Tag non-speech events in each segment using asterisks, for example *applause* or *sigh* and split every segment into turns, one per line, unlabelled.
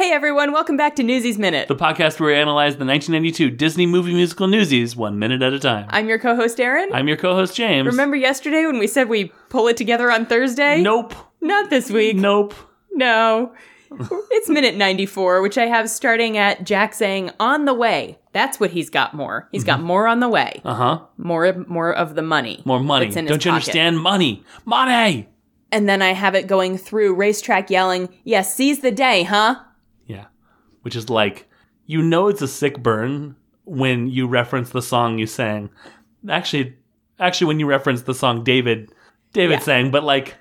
everyone, welcome back to Newsies Minute.
the podcast where we analyze the 1992 Disney movie musical Newsies one minute at a time.
I'm your co-host Aaron.
I'm your co-host James.
Remember yesterday when we said we pull it together on Thursday?
Nope.
Not this week.
Nope.
No. it's minute 94, which I have starting at Jack saying on the way. That's what he's got more. He's got more on the way.
Uh huh.
More more of the money.
More money.
That's in
Don't
his
you
pocket.
understand? Money. Money.
And then I have it going through racetrack yelling, "Yes, seize the day, huh?"
Yeah. Which is like, you know, it's a sick burn when you reference the song you sang. Actually, actually, when you reference the song David,
Yeah.
David sang, but like,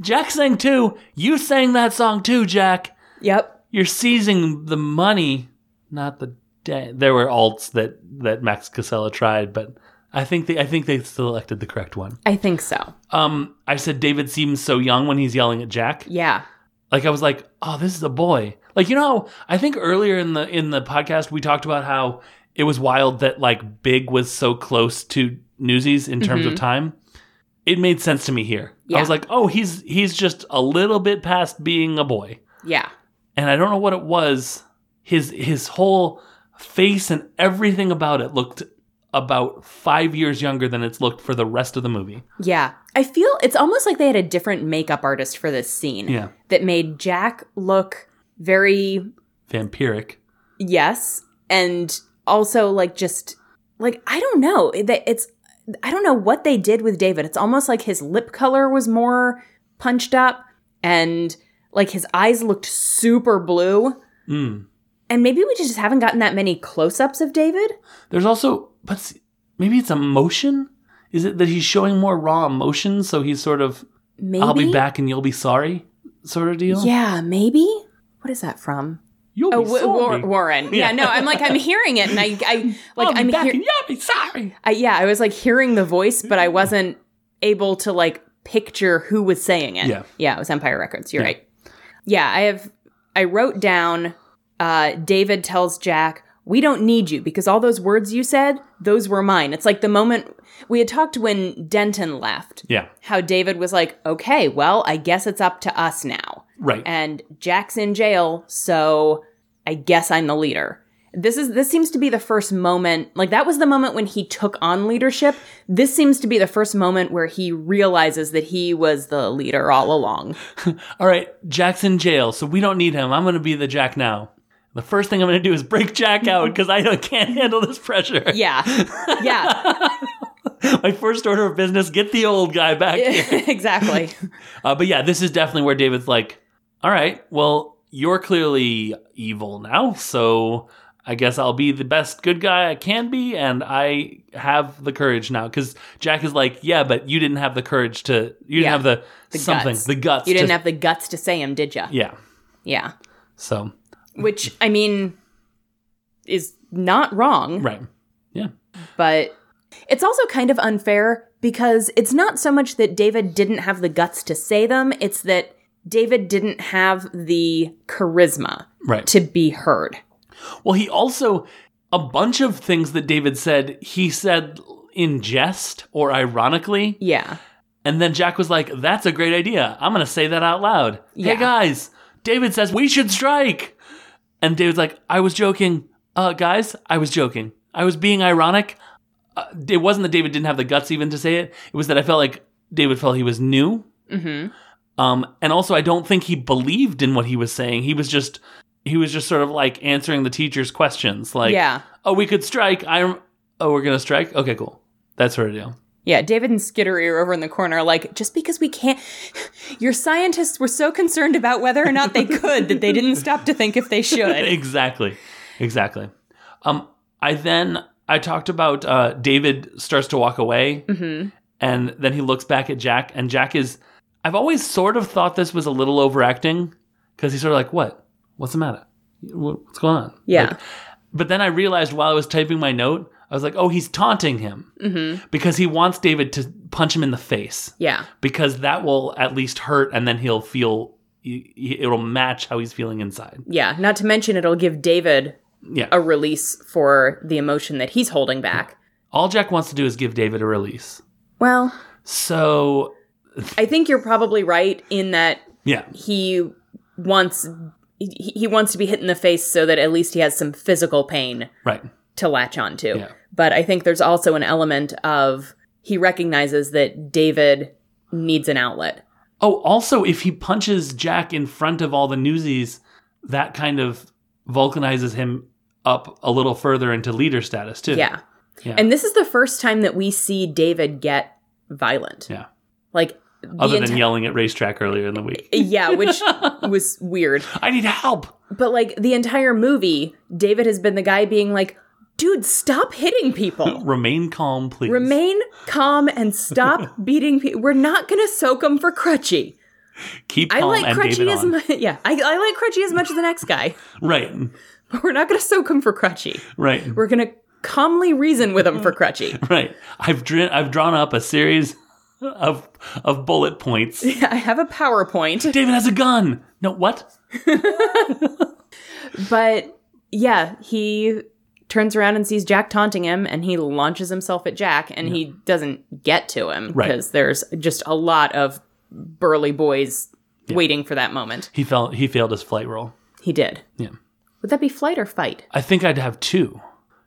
Jack sang too. You sang that song too, Jack.
Yep.
You're seizing the money, not the day. There were alts that that Max Casella tried, but I think they I think they selected the correct one.
I think so.
Um, I said David seems so young when he's yelling at Jack
Yeah.
like I was like, oh, this is a boy. Like you know, I think earlier in the in the podcast we talked about how it was wild that like Big was so close to Newsies in terms of time. It made sense to me here. I
Yeah.
was like, oh, he's he's just a little bit past being a boy,
Yeah.
and I don't know what it was. His his whole face and everything about it looked about five years younger than it's looked for the rest of the movie.
Yeah. I feel it's almost like they had a different makeup artist for this scene
Yeah,
that made Jack look very,
vampiric.
yes, and also like just, like, I don't know. That It's, I don't know what they did with David. It's almost like his lip color was more punched up and like his eyes looked super blue.
Mm.
And maybe we just haven't gotten that many close ups of David.
There's also, but s- maybe it's emotion. Is it that he's showing more raw emotion, so he's sort of
Maybe.
"I'll be back and you'll be sorry" sort of deal?
Yeah, maybe. What is that from?
you'll
Oh,
be
Wa- Wa-
sorry.
Warren. Yeah.
Yeah.
no, I'm like I'm hearing it, and I, I like
I'll be
I'm
back
hear-
and you'll be sorry.
I, yeah, I was like hearing the voice, but I wasn't able to like picture who was saying it.
Yeah.
yeah, it was Empire Records. You're
Yeah.
right. Yeah, I have. I wrote down. Uh, David tells Jack, "We don't need you because all those words you said, those were mine." It's like the moment we had talked when Denton left.
Yeah,
How David was like, "Okay, well, I guess it's up to us now."
right.
and Jack's in jail, so I guess I'm the leader. This is this seems to be the first moment, like that was the moment when he took on leadership. This seems to be the first moment where he realizes that he was the leader all along.
All right, Jack's in jail, so we don't need him. I'm going to be the Jack now. The first thing I'm going to do is break Jack out
*laughs*
because I don't- can't handle this pressure.
Yeah. Yeah.
*laughs* My first order of business: get the old guy back here.
*laughs* exactly.
Uh, but yeah, this is definitely where David's like, all right, well, you're clearly evil now, so I guess I'll be the best good guy I can be, and I have the courage now. Because Jack is like, yeah, but you didn't have the courage to, you didn't
Yeah.
have the,
The
something,
guts.
the guts.
You didn't
to,
have the guts to say him, did you?
Yeah.
Yeah.
So,
Which I mean is not wrong.
right. Yeah.
but it's also kind of unfair because it's not so much that David didn't have the guts to say them, it's that David didn't have the charisma
Right.
to be heard.
Well, he also a bunch of things that David said, he said in jest or ironically.
Yeah.
And then Jack was like, "That's a great idea. I'm going to say that out loud."
Yeah.
Hey guys, David says we should strike. And David's like, "I was joking. Uh guys, I was joking. I was being ironic. Uh, it wasn't that David didn't have the guts even to say it. It was that I felt like David felt he was new.
hmm
Um and also I don't think he believed in what he was saying. He was just he was just sort of like answering the teacher's questions like,
yeah.
"Oh, we could strike. I'm Oh, we're going to strike. Okay, cool." That sort of deal.
Yeah. David and Skittery are over in the corner, are like, just because we can't, *sighs* your scientists were so concerned about whether or
*laughs*
not they could that they didn't stop to think if they *laughs* should.
exactly exactly um i then i talked about uh david starts to walk away
hmm
and then he looks back at jack and jack is i've always sort of thought this was a little overacting because he's sort of like what what's the matter What- what's going on
Yeah.
Like, but then i realized while i was typing my note i was like oh he's taunting him because he wants david to punch him in the face
Mm-hmm. Yeah.
because that will at least hurt and then he'll feel he- he- it'll match how he's feeling inside
Yeah. Not to mention, it'll give David
yeah
a release for the emotion that he's holding back.
All Jack wants to do is give David a release.
Well,
So,
I think you're probably right in that
yeah,
he wants he, he wants to be hit in the face so that at least he has some physical pain
Right.
to latch onto.
Yeah.
But I think there's also an element of he recognizes that David needs an outlet.
Oh, also, if he punches Jack in front of all the newsies, that kind of vulcanizes him up a little further into leader status, too.
Yeah.
Yeah.
And this is the first time that we see David get violent.
Yeah.
Like
Other
the
than yelling at racetrack earlier in the week.
enti- *laughs* yeah,
*laughs*
which was weird.
I need help.
But like the entire movie, David has been the guy being like, "Dude, stop hitting people."
Remain calm, please.
Remain calm and
*laughs*
stop beating people. We're not going to soak him for Crutchy.
Keep
I
calm
like
and
Crutchy
David
as
on.
much. *laughs* Yeah, I, I like Crutchy as much as the next guy. *laughs*
Right.
But we're not going to soak him for Crutchy.
Right.
We're going to calmly reason with him for Crutchy. *laughs*
Right. I've dr- I've drawn up a series of of
*laughs*
bullet points.
I have a PowerPoint,
David has a gun. No, what?
but yeah, he turns around and sees Jack taunting him, and he launches himself at Jack, and he doesn't get to him
Right.
because there's just a lot of burly boys waiting for that moment.
He fell. He failed his flight roll.
He did.
Yeah.
Would that be flight or fight?
I think I'd have two,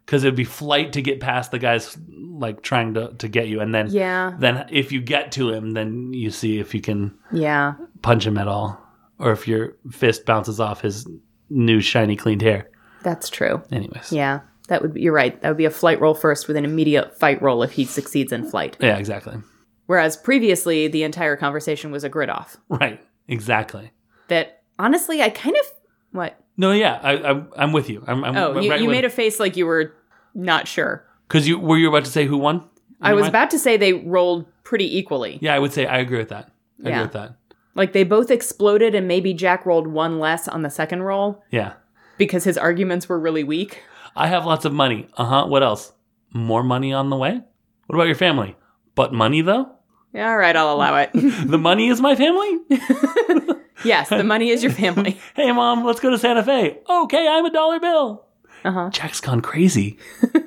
because it'd be flight to get past the guys like trying to to get you, and then
Yeah.
then if you get to him, then you see if you can
Yeah.
punch him at all, or if your fist bounces off his new shiny cleaned hair.
That's true.
Anyways.
Yeah. That would be, you're right. That would be a flight roll first with an immediate fight roll if he succeeds in flight.
Yeah. Exactly.
Whereas previously, the entire conversation was a grid off.
Right. Exactly.
That honestly, I kind of. What?
No. Yeah. I, I I'm with you. I'm. I'm
Oh, you,
Um, right
you
with-
made a face like you were not sure.
Because you were you about to say who won?
I was
Am
about to say they rolled pretty equally.
Yeah, I would say I agree with that. I
Yeah.
agree with that.
Like they both exploded, and maybe Jack rolled one less on the second roll
Yeah,
because his arguments were really weak.
I have lots of money. Uh huh. What else? More money on the way. What about your family? But money though. *laughs*
Yeah, All right, I'll allow it. *laughs*
The money is my family. *laughs*
yes, the money is your family.
hey mom, let's go to Santa Fe. Okay, I'm a dollar bill.
Uh
Jack's gone crazy. *laughs*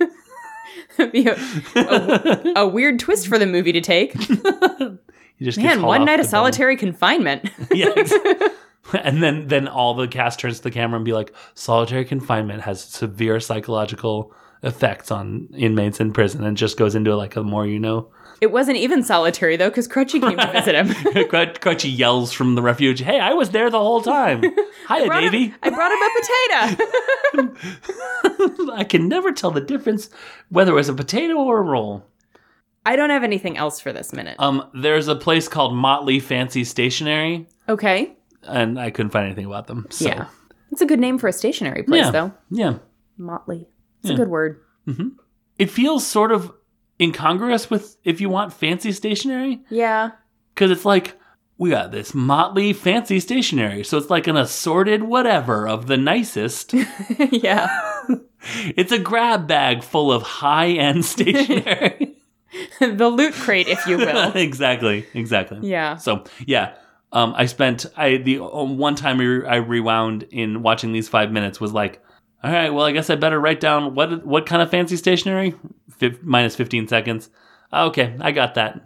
huh. *laughs* Be a, a- a weird twist for the movie to take.
He just gets
Man,
hauled
one
off
night
the
of
building.
solitary confinement.
*laughs*
*laughs*
yeah. ex- And then, then all the cast turns to the camera and be like, solitary confinement has severe psychological effects on inmates in prison, and just goes into like a more you know
It wasn't even solitary though, because Crutchy came to visit
*laughs*
him.
Crut- Crutchy yells from the refuge, "Hey, I was there the whole time. Hiya,
Brought him-
Davy.
I brought him a potato.
*laughs* I can never tell the difference whether it was a potato or a roll."
I don't have anything else for this minute.
Um, there's a place called Motley Fancy Stationery,
Okay.
and I couldn't find anything about them. So.
Yeah. It's a good name for a stationary place
Yeah.
though.
yeah,
Motley. It's
Yeah.
a good word.
it feels sort of incongruous with if you want fancy stationery
Yeah.
because it's like we got this Motley Fancy Stationery, so it's like an assorted whatever of the nicest.
*laughs* yeah. *laughs*
it's a grab bag full of high end stationery.
the loot crate, if
*laughs*
you will.
exactly, exactly.
Yeah.
So yeah, um, I spent I the um, one time I, re- I rewound in watching these five minutes was like, all right, well I guess I better write down what what kind of fancy stationery Fif- minus fifteen seconds. "Oh, Okay, I got that.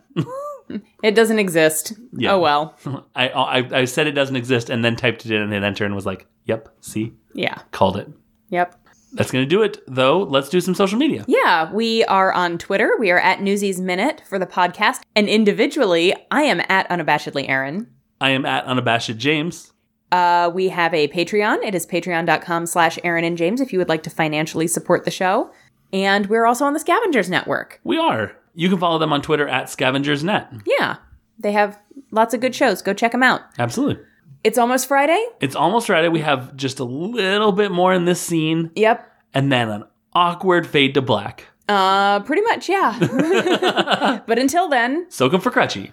It doesn't exist.
Yeah.
Oh well.
*laughs* I, I I said it doesn't exist and then typed it in and hit enter and was like, yep, see,
Yeah.
called it.
Yep.
That's gonna do it though. Let's do some social media.
Yeah, we are on Twitter. We are at Newsies Minute for the podcast. And individually, I am at unabashedly Aaron.
I am at unabashed James.
Uh, we have a Patreon. It is patreon.com slash Aaron and James if you would like to financially support the show. And we're also on the Scavengers Network.
We are. You can follow them on Twitter at Scavengers Net.
Yeah. They have lots of good shows. Go check them out.
Absolutely.
It's almost Friday.
It's almost Friday. We have just a little bit more in this scene,
Yep.
and then an awkward fade to black.
Uh, pretty much, yeah. *laughs* but until then,
Soak 'em for Crutchy.